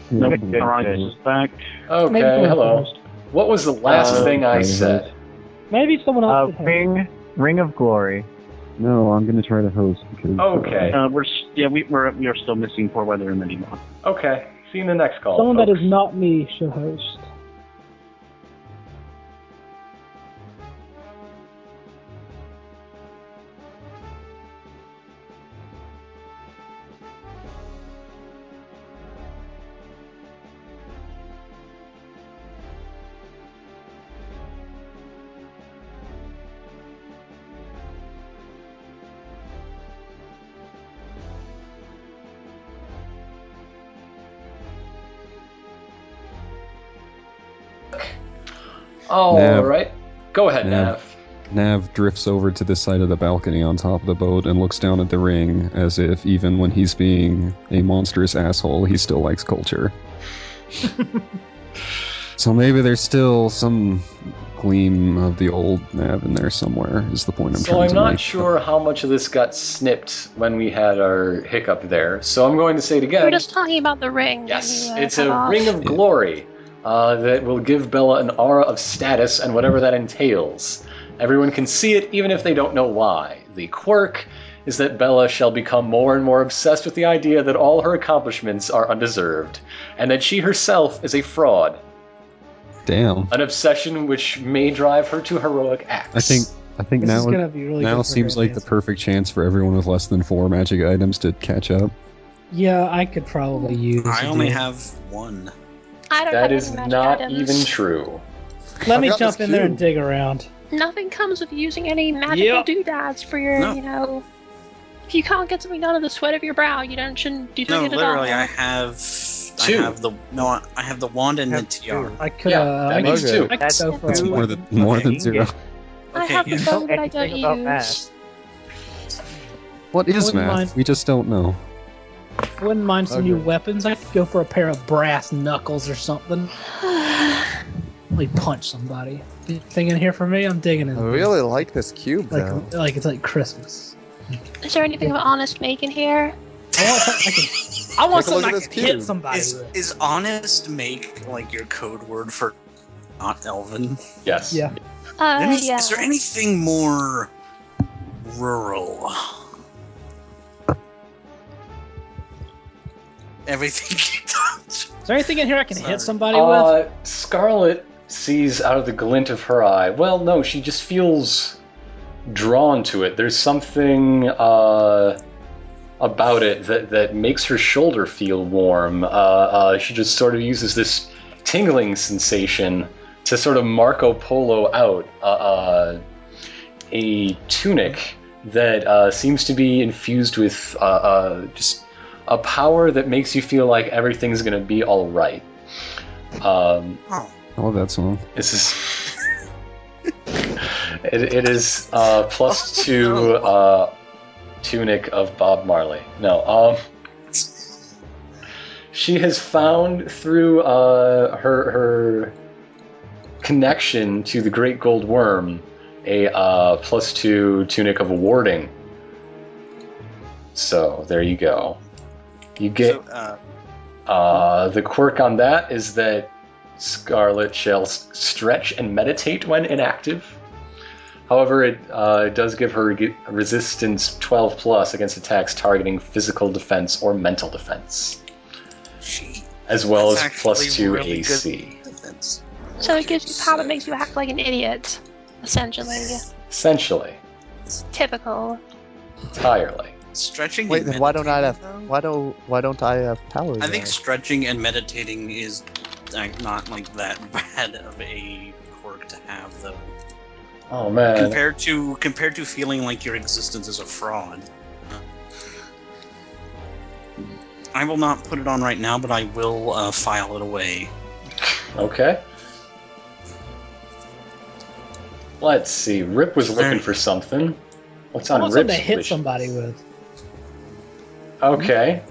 E: Nope, Veronica's back.
A: Okay,
C: Maybe someone
A: hello.
C: else.
A: What was the last
E: Uh,
A: thing I
F: okay.
A: said?
C: Maybe someone
B: Uh,
C: else. did have it.
B: ring, ring of glory.
F: No, I'm gonna try to host because.
A: Okay,
E: Uh, we're s- yeah we we're, we are still missing poor weather and Medivh.
A: okay. See you in the next call.
C: Someone that
A: folks.
C: is not me should host.
A: All
F: Nav.
A: right. Go ahead,
F: Nav.
A: Nav.
F: Nav drifts over to the side of the balcony on top of the boat and looks down at the ring as if even when he's being a monstrous asshole, he still likes culture. so maybe there's still some gleam of the old Nav in there somewhere, is the point I'm
A: So
F: trying
A: I'm
F: to
A: not
F: make.
A: sure how much of this got snipped when we had our hiccup there. So I'm going to say it
D: We We're
A: again.
D: just talking about the ring.
A: Yes,
D: that you, uh,
A: it's
D: cut
A: a
D: off.
A: ring of
F: Yeah.
A: glory uh, that will give Bella an aura of status and whatever that entails. Everyone can see it, even if they don't know why. The quirk is that Bella shall become more and more obsessed with the idea that all her accomplishments are undeserved, and that she herself is a fraud,
F: Damn.
A: an obsession which may drive her to heroic acts.
F: I think I think
C: This is
F: now
C: gonna be really
F: now
C: good for
F: seems like the
C: Grandma's.
F: perfect chance for everyone with less than four magic items to catch up.
C: Yeah, I could probably use.
H: I only
C: these.
H: have one.
D: I don't have
A: that
D: any
A: is
D: magic
A: not
D: items.
A: even true.
C: Let
G: I
C: me
G: got
C: jump
G: this
C: in there and
G: too.
C: dig around.
D: Nothing comes of using any magical
H: Yep.
D: doodads for your,
H: No.
D: you know. If you can't get something done of the sweat of your brow, you don't shouldn't do
H: No,
D: it at
H: literally,
D: all.
H: I have.
A: Two.
H: I have the no. I have the wand and the tiara.
C: I could.
A: Yeah,
C: uh,
A: that
C: I
A: makes
C: could,
A: two.
C: I could
I: That's
C: go for
F: That's
C: a a
F: more
C: walk.
F: than more than
I: Okay.
F: zero.
D: I
H: Okay,
D: have the
H: yeah.
D: phone that I don't
I: anything
D: use.
I: about math.
F: What is
C: Wouldn't
F: math?
C: mind-
F: We just don't know.
C: Wouldn't mind some new
G: Okay.
C: weapons. I could go for a pair of brass knuckles or something. Like punch somebody. Thing in here for me. I'm digging it.
G: I really like this cube
C: Mm-hmm. Like,
G: though.
C: like it's like Christmas.
D: Is there anything of honest make in here?
C: I want something I can. I want
G: Take a look at
C: something I
G: this
C: can hit
G: cube.
C: somebody
H: Is
C: with.
H: is honest make like your code word for not Elven?
A: Yes.
C: Yeah.
D: Uh,
H: Any-
D: yeah.
H: Is there anything more rural? everything you touch.
C: Is there anything in here I can
H: Sorry.
C: hit somebody with?
A: Uh, Scarlet sees out of the glint of her eye. Well, no, she just feels drawn to it. There's something uh, about it that, that makes her shoulder feel warm. Uh, uh, she just sort of uses this tingling sensation to sort of Marco Polo out uh, uh, a tunic that uh, seems to be infused with uh, uh, just a power that makes you feel like everything's going to be all right. Um,
H: Oh,
F: I love that song.
A: this is. it, it is uh, plus two uh, tunic of Bob Marley. No, um, she has found through uh, her her connection to the Great Gold Worm a uh, plus two tunic of warding. So there you go. You get
H: so, uh,
A: uh, the quirk on that is that Scarlet shall s- stretch and meditate when inactive. However, it uh, does give her reg- resistance 12 plus against attacks targeting physical defense or mental defense,
H: she
A: as well
H: That's
A: as plus
H: actually
A: 2
H: really good.
A: AC.
H: defense.
D: So it gives you power that makes you act like an idiot, essentially.
A: Essentially,
D: It's typical.
A: entirely.
H: stretching.
G: Wait,
H: and
G: then why don't I have?
H: meditating, though?
G: Why don't Why don't I have power?
H: I think
G: then?
H: stretching and meditating is like, not like that bad of a quirk to have, though.
A: Oh
C: Uh,
A: man.
H: compared to compared to feeling like your existence is a fraud. I will not put it on right now, but I will uh, file it away.
A: Okay. Let's see. Rip was looking for something. What's
C: I
A: on
C: want
A: Rip's
C: something to hit
A: wish?
C: somebody with.
A: Okay.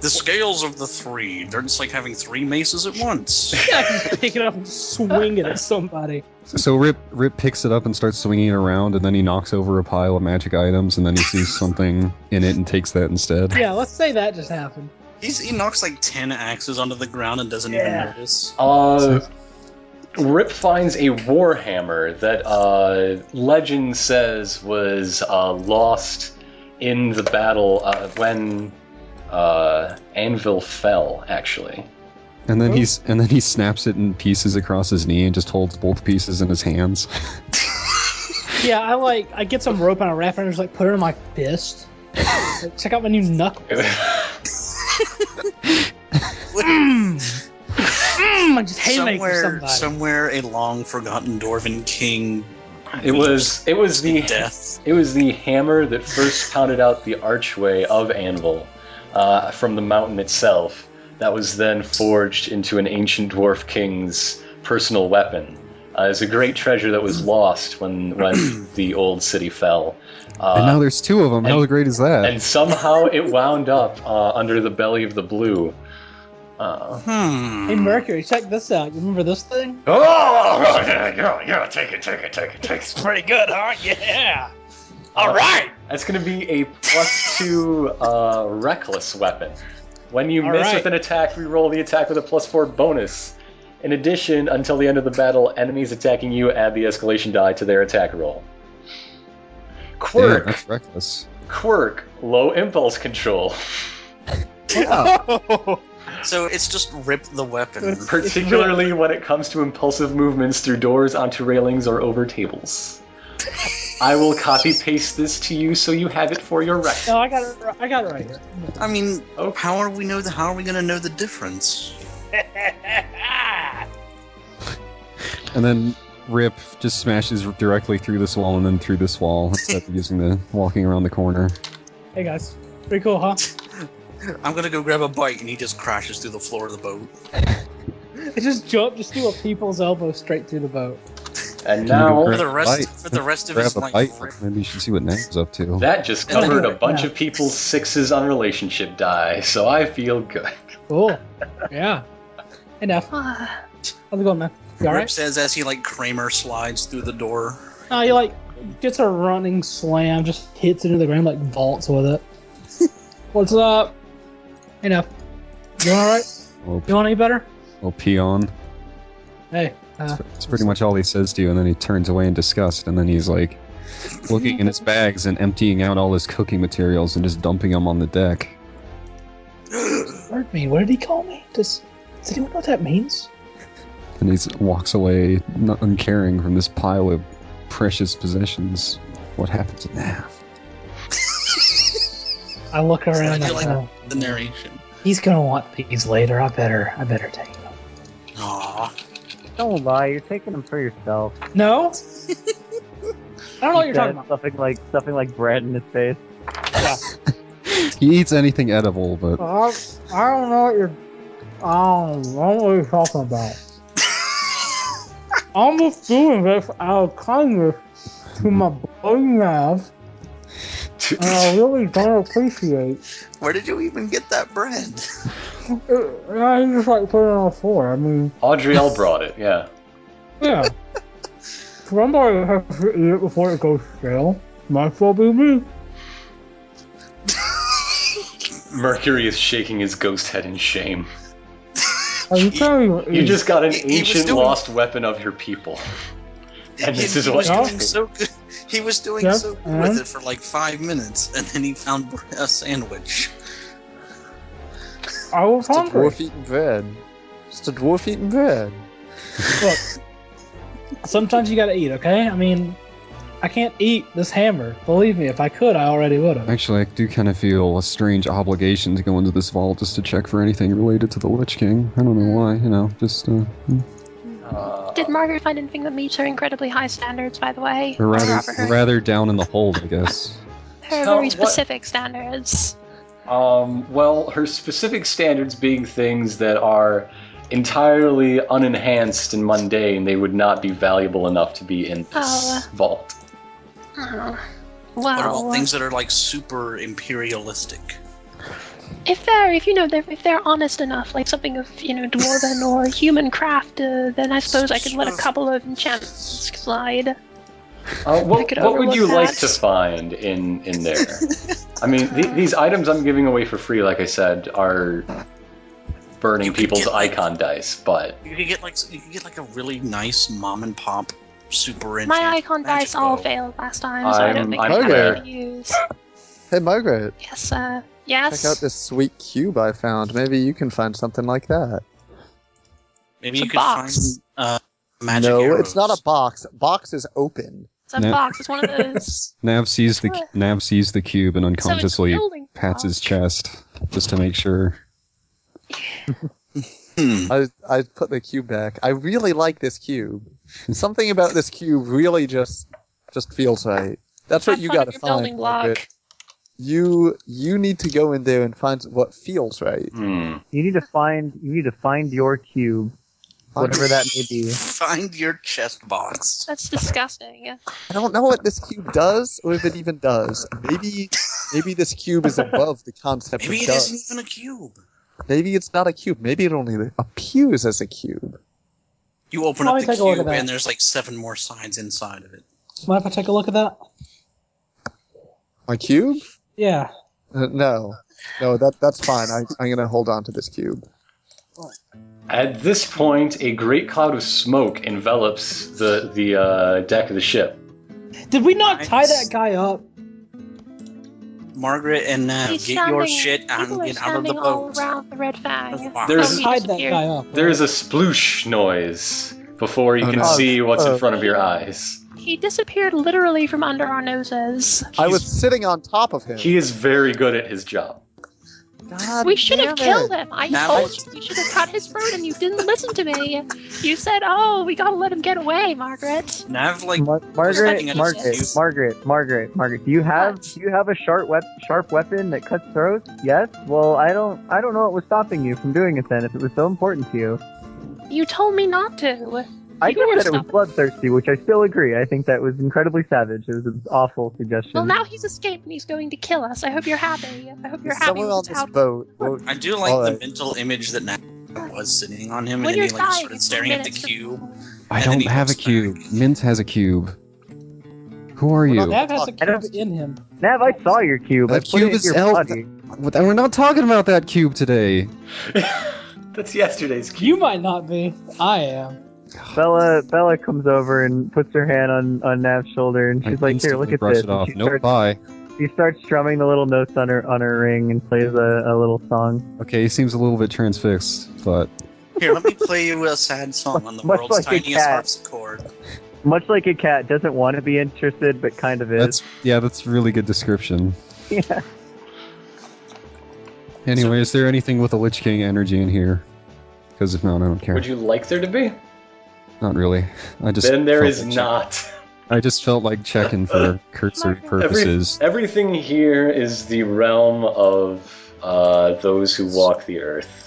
H: The scales of the three. They're just like having three maces at once.
C: Yeah, I can just pick it up and swing it at somebody.
F: So Rip Rip picks it up and starts swinging it around, and then he knocks over a pile of magic items, and then he sees something in it and takes that instead.
C: Yeah, let's say that just happened.
H: He's, he knocks like ten axes onto the ground and doesn't
C: Yeah.
H: even notice.
A: Uh, Rip finds a warhammer that uh, legend says was uh, lost in the battle uh, when uh, Anvil fell. Actually,
F: And then he's and then he snaps it in pieces across his knee and just holds both pieces in his hands.
C: Yeah, I like I get some rope and I wrap it and just like put it in my fist. Like, check out my new knuckle. Mm. Mm, I just haymaker
H: somewhere,
C: somebody.
H: somewhere, a long forgotten dwarven king.
A: it was it was the
H: death.
A: it was the hammer that first pounded out the archway of Anvil uh, from the mountain itself. That was then forged into an ancient dwarf king's personal weapon. Uh, it's a great treasure that was lost when when the old city fell.
F: and now
A: Uh,
F: there's two of them. How
A: and-
F: great is that?
A: and somehow it wound up uh, under the belly of the blue. Uh,
H: Hmm.
C: Hey Mercury, check this out. You remember this thing?
A: oh, yeah, yeah, yeah, take it, take it, take it, take it.
C: Pretty good, huh? Yeah.
A: All right. That's going to be a plus two uh, reckless weapon. When you
C: All
A: miss
C: right.
A: with an attack, reroll the attack with a plus four bonus. In addition, until the end of the battle, enemies attacking you add the escalation die to their attack roll.
F: Damn,
A: Quirk,
F: that's reckless.
A: quirk, low impulse control.
H: So it's just rip the weapon.
C: It's-
A: Particularly when it comes to impulsive movements through doors, onto railings, or over tables. I will copy paste this to you so you have it for your record.
C: No, I got it. ri- I got it right here.
H: I mean,
A: Oh.
H: how are we know? The, how are we gonna know the difference?
F: And then Rip just smashes directly through this wall and then through this wall instead of using the walking around the corner.
C: Hey guys, pretty cool, huh?
H: I'm gonna go grab a bite, and he just crashes through the floor of the boat.
C: It just jumped, just threw a people's elbow straight through the boat.
F: Can
A: And
F: you
A: now.
F: go
H: For
F: Grab
H: the
F: a
H: rest,
F: bite.
H: for the rest of
F: Grab
H: his
F: a
H: life,
F: bite.
H: Rip,
F: Maybe you should see what Nate's up to.
A: That just
H: That's
A: covered a
C: right,
A: bunch
C: yeah.
A: of people's sixes on relationship die, so I feel good.
C: Cool. Yeah. Enough.
D: Ah,
C: How's it going, man? You all
H: Rip
C: right?
H: says as he like Kramer slides through the door.
C: No, he like gets a running slam, just hits it into the ground, like vaults with it. What's up? Enough. You all right?
F: Little,
C: You want any better?
F: little peon.
C: Hey. Uh,
F: That's, that's pretty much all he says to you, and then he turns away in disgust, and then he's like looking in his bags and emptying out all his cooking materials and just dumping them on the deck.
C: referred me. What did he call me? Does does anyone know what that means?
F: And he walks away, not uncaring from this pile of precious possessions. What happened to Nav?
C: I look around.
H: I
C: I
H: feel like
C: go,
H: the narration.
C: He's gonna want these later. I better. I better take them.
H: Aww.
I: Don't lie, you're taking them for yourself.
C: No. I don't know what you're talking about.
I: Stuffing like stuffing like bread in his face.
F: He eats anything edible, but
C: I, I don't know what you're. I don't know what you're talking about. I'm just doing this out of kindness to my buddy Nav, and I really don't appreciate.
H: Where did you even get that bread?
C: It. And I just like put it on the floor. I mean,
A: Audriel brought it, yeah.
C: yeah. Somebody has to eat it before it goes stale. Might as well be me.
A: Mercury is shaking his ghost head in shame.
C: Are you telling me?
A: You just got an
H: Mm. He- he was
A: ancient
H: doing-
A: lost weapon of your people. And this
H: he,
A: is
H: he
A: what
H: was
C: happened.
H: doing so good. He was doing
C: Yeah,
H: so good with
C: uh-huh.
H: it for like five minutes, and then he found a sandwich.
C: I was
G: It's a
C: hungry.
G: dwarf eating bread. Just a dwarf eating bread.
C: Sometimes you gotta eat, okay? I mean, I can't eat this hammer. Believe me, if I could, I already would have.
F: actually, I do kind of feel a strange obligation to go into this vault just to check for anything related to the Lich King. I don't know why, you know, just uh,
A: Uh,
E: Did Margaret find anything that meets her incredibly high standards, by the way?
F: or rather,
E: Robert, her,
F: rather down in the hold, I guess.
E: her
A: Tell
E: very
A: what-
E: specific standards.
A: Um, well, her specific standards being things that are entirely unenhanced and mundane, they would not be valuable enough to be in
E: Oh.
A: this vault.
D: Ah.
E: Oh,
H: What
E: wow.
H: about things that are like super imperialistic?
E: If they're, if you know, they're, if they're honest enough, like something of you know dwarven or human craft, uh, then I suppose I could let a couple of enchantments slide.
A: Uh, what
E: could
A: what would you
E: overlook
A: like to
E: that.
A: find in in there? I mean, the, these items I'm giving away for free, like I said, are burning
H: You could
A: people's
H: get, like-
A: icon dice, but
H: You could get like you could get like a really nice mom and pop super.
E: My
H: enchanted
E: icon
H: magic
E: dice all
H: bow.
E: failed last time, so I'm, I do not
A: I'm-
E: think
A: I'm
E: I'm
G: aware.
E: going to use.
G: Hey, Margaret,
E: Yes, uh,
G: check out
E: yes.
G: this sweet cube I found. Maybe you can find something like that.
H: Maybe
E: It's
H: you
E: a
H: could
E: box.
H: find uh, magic.
G: no,
H: arrows.
G: it's not a box. Box is open.
E: It's a
F: No.
E: box. It's one of those.
F: Nav sees the
E: What?
F: Nav sees the cube and
E: so it's a
F: unconsciously
E: building
F: pats his
E: block.
F: chest just to make sure.
H: Hmm.
G: I I put the cube back. I really like this cube. Something about this cube really just just feels right. That's what
E: Have
G: you
E: fun
G: gotta
E: with your building
G: find. Margaret.
E: block.
G: You you need to go in there and find what feels right.
A: hmm,
I: You need to find you need to find your cube, whatever that may be.
H: Find your chest box.
E: That's disgusting.
G: I don't know what this cube does or if it even does. Maybe maybe this cube is above the concept
H: Maybe
G: of
H: it
G: does.
H: isn't even a cube.
G: Maybe it's not a cube. Maybe it only appears as a cube.
H: You open up
C: Let me
H: the
C: take a look at
H: cube
C: that.
H: and there's like seven more sides inside of it.
C: Mind if I take a look at that?
G: My cube?
C: Yeah.
G: Uh, no. No, that that's fine. I, I'm gonna hold on to this cube.
A: at this point, a great cloud of smoke envelops the the uh, deck of the ship.
C: Did we not tie
H: Nice.
C: that guy up?
H: Margaret and Nav,
E: He's
H: get
E: standing,
H: your shit out
E: people
H: and
E: are
H: get out of the
E: standing
H: boat.
E: all around the red fang.
H: Wow.
A: There's-
E: Oh, he
C: Tied that
E: disappeared.
C: guy up.
A: There is a sploosh noise before you
G: Oh,
A: can
G: no.
A: see what's in
G: Oh.
A: front of your eyes.
E: He disappeared literally from under our noses.
G: I
A: He's-
G: was sitting on top of him.
A: He is very good at his job.
G: God
E: we should have
G: damn it.
E: killed him. I
H: Now
E: told
H: it's-
E: you we should have cut his throat, and you didn't listen to me. You said, "Oh, we gotta let him get away, Margaret."
H: Nav, like,
I: Mar- Margaret,
H: Margaret,
I: Margaret, Margaret, Margaret, Margaret. Do you have
E: What?
I: do you have a sharp wep- sharp weapon that cuts throats? Yes. Well, I don't I don't know what was stopping you from doing it then. If it was so important to you,
E: You told me not to.
I: I
E: You were
I: guess that it was
E: stopping-
I: bloodthirsty, which I still agree. I think that was incredibly savage. It was an awful suggestion.
E: Well, now he's escaped and he's going to kill us. I hope you're happy. I hope you're happy
G: Someone on
E: with
G: this
E: this out.
G: boat won't
H: I do like
G: All
H: the
G: right.
H: mental image that Nav was sitting on him,
E: When
H: and then
E: you're
H: he like
E: dying,
H: started
E: it's
H: staring at the
E: minutes.
H: cube.
F: I
H: And then
F: don't
H: he
F: have a
H: looks
F: cube. Mint has a cube. Who are you?
C: Nav has a
G: I
I: don't-
C: cube in him.
I: Nav, I saw your cube. I
F: That
I: put
F: cube
I: it in
F: is
I: your
F: el-
I: body.
F: What- We're not talking about that cube today.
A: That's yesterday's cube.
C: You might not be. I am.
I: Bella Bella comes over and puts her hand on on Nav's shoulder, and
F: I
I: she's like, "Here,
F: instantly
I: look at
F: brush
I: this."
F: It
I: And
F: off.
I: she
F: Nope,
I: starts-
F: bye.
I: She starts strumming the little notes on her on her ring and plays a, a little song.
F: Okay, he seems a little bit transfixed, but
H: Here, let me play you a sad song on the
I: Much
H: world's
I: like a
H: tiniest
I: cat.
H: harpsichord.
I: Much like a cat doesn't want to be interested but kind of is.
F: that's yeah, that's really good description.
I: Yeah.
F: Anyway, is there anything with the Lich King energy in here? Because if not, I don't care.
A: Would you like there to be?
F: Not really. I just
A: then there
F: felt
A: is
F: like check-
A: not.
F: I just felt like checking for cursory purposes.
A: Everything here is the realm of uh, those who walk the earth.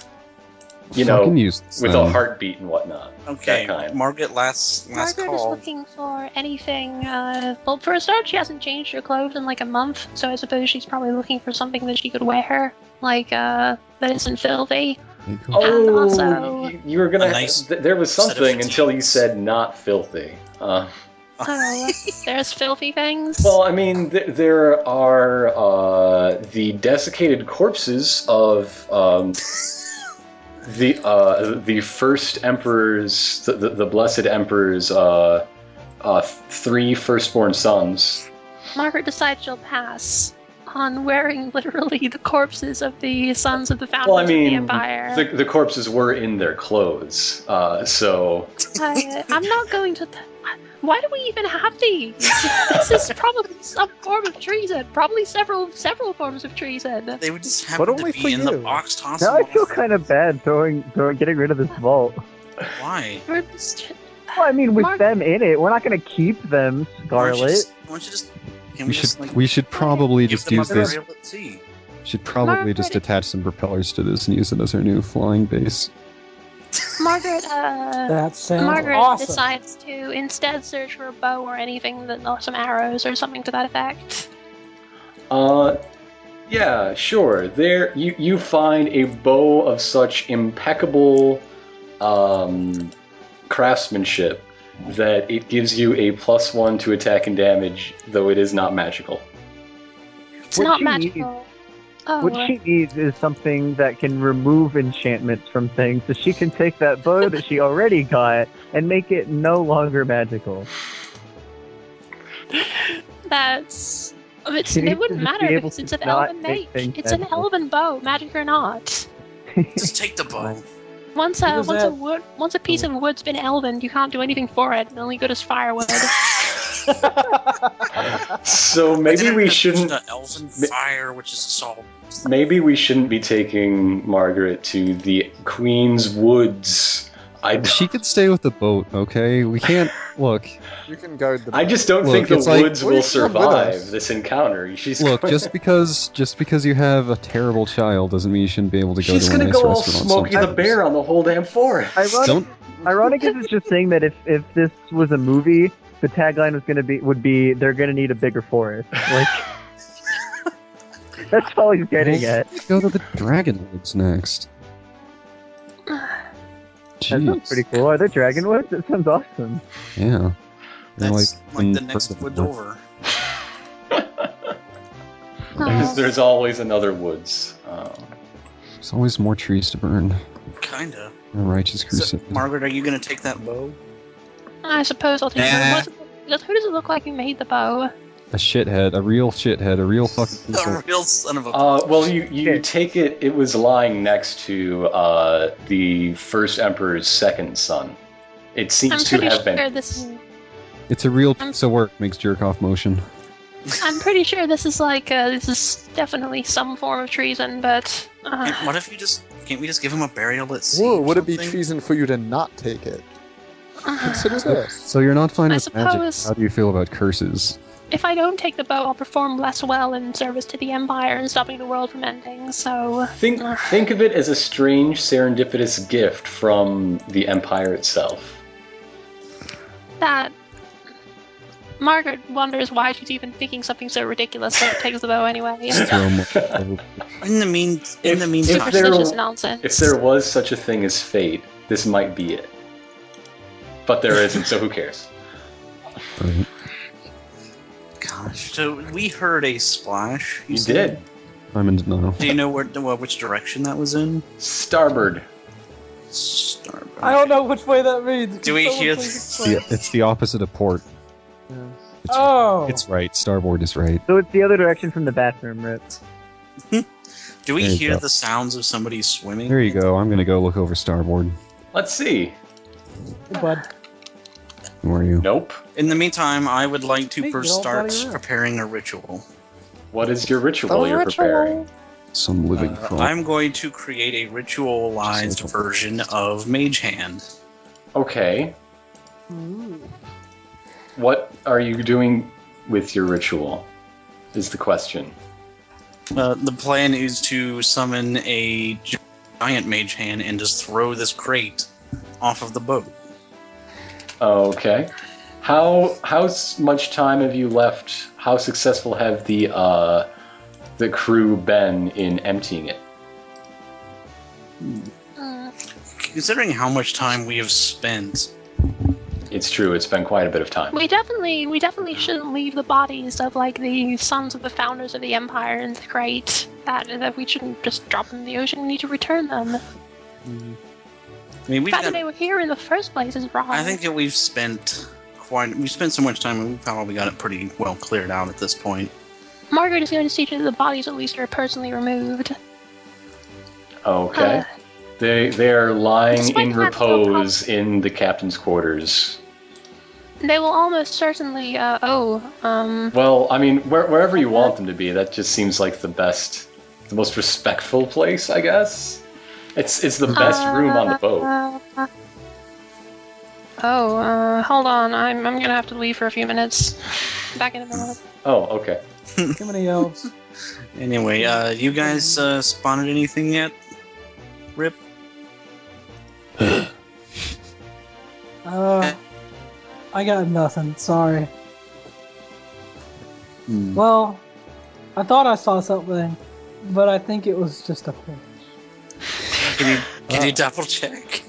A: You know,
F: Fucking useless,
A: with a
F: then.
A: heartbeat and whatnot.
H: Okay,
A: That kind.
H: Margaret, last last
E: Margaret is
H: call.
E: looking for anything. Uh, well, for a start, she hasn't changed her clothes in like a month, so I suppose she's probably looking for something that she could wear, like uh, that isn't filthy.
F: There you go.
A: Oh,
E: also-
A: you, you were gonna.
H: A nice
A: th- there was
H: set of
A: something
H: fatigues.
A: until you said not filthy. Uh,
E: Oh, there's filthy things.
A: well, I mean, th- there are uh, the desiccated corpses of um, the uh, the first emperors, the, the, the blessed emperors. Uh, uh, three firstborn sons
E: Margaret decides she'll pass on wearing literally the corpses of the sons of the founders
A: Well, I
E: of the
A: mean,
E: empire.
A: the, the corpses were in their clothes, uh, so
E: I, I'm not going to. Th- why do we even have these? this is probably some form of treason. Probably several several forms of treason.
H: They would just
G: But
H: happen to
G: only for
H: be in the
G: you.
H: box tossing.
I: Now I feel
H: off.
I: kind of bad throwing, throwing getting rid of this vault.
H: Why?
E: We're just-
I: Well, I mean, with
E: Mark-
I: them in it, we're not going to keep them,
H: Why don't you
I: Scarlet.
H: just- Why don't you just? Can we,
F: We
H: just
F: should
H: like
F: we should probably
H: give
F: just
H: them
F: use
H: a
F: this.
H: burial at sea?
F: Should probably just
E: Margaret.
F: attach some propellers to this and use it as our new flying base.
E: Margaret, uh,
C: That sounds
E: Margaret
C: awesome.
E: decides to instead search for a bow or anything that, or some arrows or something to that effect.
A: Uh, yeah, sure. There, you you find a bow of such impeccable um, craftsmanship that it gives you a plus one to attack and damage, though it is not magical.
E: It's
I: What
E: not
I: she needs-
E: magical. Oh,
I: What she needs is something that can remove enchantments from things, so she can take that bow that she already got and make it no longer magical.
E: that's. I mean, It's,
I: She needs
E: it
I: to
E: wouldn't
I: just
E: matter
I: be
E: if
I: able
E: it's,
I: to
E: it's an
I: not
E: elven
I: make
E: make.
I: things
E: It's an
I: magical.
E: elven bow, magic or not.
H: Just take the bow.
E: Once a
C: does
E: once a
C: that-
E: wood once a piece of wood's been elven, you can't do anything for it. It's only good as firewood.
A: So
H: I
A: maybe
H: didn't
A: we
H: mention
A: shouldn't.
H: The elven
A: ma-
H: fire, which is salt.
A: Maybe we shouldn't be taking Margaret to the Queen's Woods. I, d-
F: She could stay with the boat, okay? We can't look.
G: You can guard the.
A: I just don't
F: Look,
A: think the
F: it's like-
A: woods
G: Will you
A: will
G: come with us?
A: survive this encounter. She's
F: Look,
A: going-
F: just because just because you have a terrible child doesn't mean you shouldn't be able to go
A: She's
F: to a
A: gonna
F: nice
A: go all
F: restaurant
A: Smokey the
F: sometimes.
A: Bear on the whole damn forest.
I: Ironic,
F: Don't
I: ironic is it's just saying that if, if this was a movie, the tagline was going to be would be they're going to need a bigger forest. Like that's all he's getting at.
F: go to the Dragon Woods next.
I: That
F: Jeez.
I: sounds pretty cool. Are there dragonwoods? That sounds awesome.
F: Yeah. They're
H: That's like,
F: in
H: the next
F: person.
H: wood over.
A: There's,
E: Oh.
A: there's always another woods. Uh,
F: There's always more trees to burn.
H: Kinda.
F: A righteous
H: So,
F: crusade.
H: Margaret, are you gonna take that bow?
E: I suppose I'll take
H: Nah.
E: it. What's- Who does it look like who made the bow?
F: a shithead, a real shithead, a real fucking
H: A
F: people.
H: real son of a.
A: uh, well, you, you take it, it was lying next to uh, the first emperor's second son. It
E: I'm
A: seems to
E: pretty sure
A: have been.
E: this.
F: It's a real
E: I'm-
F: piece of work. Makes jerk off motion.
E: I'm pretty sure this is like uh, this is definitely some form of treason, but uh,
H: Can't- what if you just? Can't we just give him a burial at sea?
G: Whoa!
H: or
G: Would it be
H: something?
G: treason for you to not take it?
E: uh,
G: Consider this.
F: So you're not fine
E: I
F: with magic.
E: suppose-
F: How do you feel about curses?
E: if I don't take the bow, I'll perform less well in service to the empire and stopping the world from ending. So
A: Think, think of it as a strange serendipitous gift from the empire itself.
E: that Margaret wonders why she's even thinking something so ridiculous, but takes the bow anyway.
F: Throw more over-
H: In the mean, in
A: If-
H: the
A: if
H: meantime,
A: there-
E: Superstitious nonsense.
A: If there was such a thing as fate, this might be it. But there isn't, so who cares?
F: Right.
H: gosh. So we heard a splash.
A: You
H: said?
A: did.
F: I'm in denial.
H: Do you know where, wh- which direction that was in?
A: Starboard.
H: Starboard.
C: I don't know which way that reads.
H: Do we
C: Someone
H: hear
C: please
F: It's the,
C: explain.
F: it's the opposite of port. It's,
C: Oh,
F: it's right. Starboard is right.
I: So it's the other direction from the bathroom, Rip.
H: Do we
F: There you
H: hear
F: go.
H: the sounds of somebody swimming?
F: There you go. I'm gonna go look over starboard.
A: Let's see.
C: bud.
F: Where are you?
A: Nope.
H: In the meantime, I would like to
E: Hey,
H: first
E: get all
H: start
E: bloody red.
H: preparing a ritual.
A: What is your ritual you're preparing?
F: Some living
H: Uh,
F: frog.
H: I'm going to create a ritualized
F: Just-
H: version of Mage Hand.
A: Okay. What are you doing with your ritual? Is the question.
H: Uh, the plan is to summon a gi- giant Mage Hand and just throw this crate off of the boat.
A: Okay. How how s- much time have you left? How successful have the uh, the crew been in emptying it?
D: Uh,
H: Considering how much time we have spent,
A: It's true. It's been quite a bit of time.
D: We definitely, we definitely shouldn't leave the bodies of like the sons of the founders of the empire in the crate. That that we shouldn't just drop them in the ocean. We need to return them.
H: I mean,
D: The
H: we've
D: fact that
H: got,
D: they were here in the first place is wrong.
H: I think that we've spent quite. We spent so much time, and we probably got it pretty well cleared out at this point.
D: Margaret is going to see to the bodies at least are personally removed.
A: Okay.
D: Uh,
A: They they are lying
D: Despite
A: in
D: the fact that no
A: repose in the captain's quarters.
D: They will almost certainly uh, owe um,
A: Well, I mean, where, wherever you want them to be, that just seems like the best, the most respectful place, I guess. It's it's the best room on the
C: Ah.
A: boat.
D: Uh, oh, uh, hold on. I'm, I'm gonna have to leave for a few minutes. Back in a minute.
A: Oh, okay.
C: Too many elves.
H: Anyway, uh, you guys uh, spotted anything yet? Rip.
C: Uh, I got nothing. Sorry. Well, I thought I saw something, but I think it was just a fish.
H: Can you can you double check?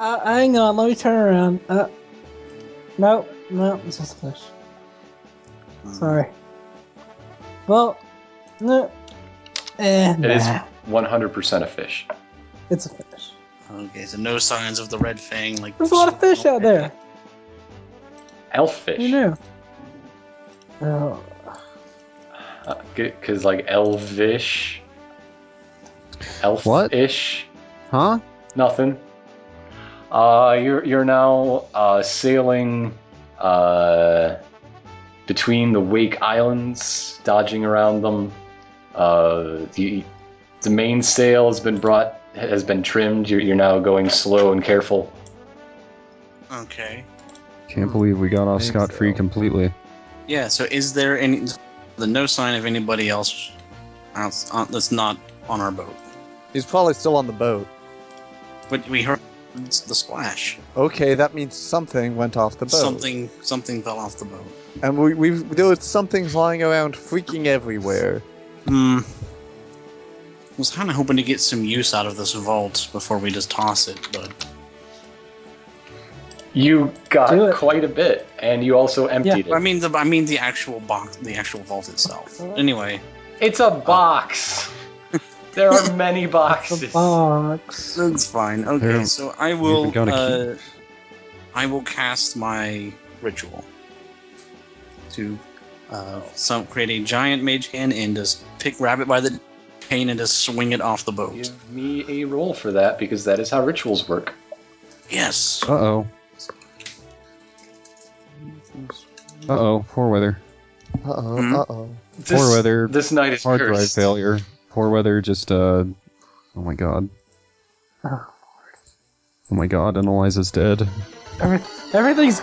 C: Uh, hang on, let me turn around. Uh, no, no, it's just a fish. Sorry. Well, no. Eh,
A: It is
C: nah,
A: 100% a fish.
C: it's a fish.
H: Okay, so no signs of the red fang. Like
C: There's a lot of fish out there.
A: Elf fish.
C: Who knew? Oh,
A: Because, Uh, like, elvish. Elf
F: What?
A: ish.
F: Huh?
A: Nothing. Uh, you're, you're now uh, sailing uh, between the Wake Islands, dodging around them. Uh, the, the mainsail has been brought, has been trimmed. You're, you're now going slow and careful.
H: Okay.
F: Can't believe we got off
G: Think
F: scot free
G: so.
F: completely.
H: Yeah. So is there any? The no sign of anybody else outs- on- that's not on our boat.
G: He's probably still on the boat.
H: But we heard the splash.
G: Okay, that means something went off the boat.
H: Something something fell off the boat.
G: And we, we've there was something's lying around, freaking everywhere.
H: Hmm. I was kind of hoping to get some use out of this vault before we just toss it, but
A: You
C: Do
A: got
C: it.
A: quite a bit, and you also emptied
H: I
A: it.
H: mean the I mean the actual box, the actual vault itself. Anyway,
A: It's a box. there are many
C: the
A: boxes.
C: box.
H: that's fine. Okay,
F: There-
H: so I
F: even
H: will
F: got a
H: uh, I will cast my ritual to uh, some create a giant mage hand and just pick rabbit by the chain and just swing it off the boat.
A: Give me a roll for that because that is how rituals work.
H: Yes.
F: Uh oh. Uh oh. Poor weather.
G: Uh oh,
H: Hmm?
G: uh oh.
A: This,
F: Poor weather.
A: This night is
F: Hard drive
A: cursed.
F: failure. Poor weather. Just uh. Oh my god.
C: Oh,
F: Oh my god. And Eliza's dead.
C: Every, everything's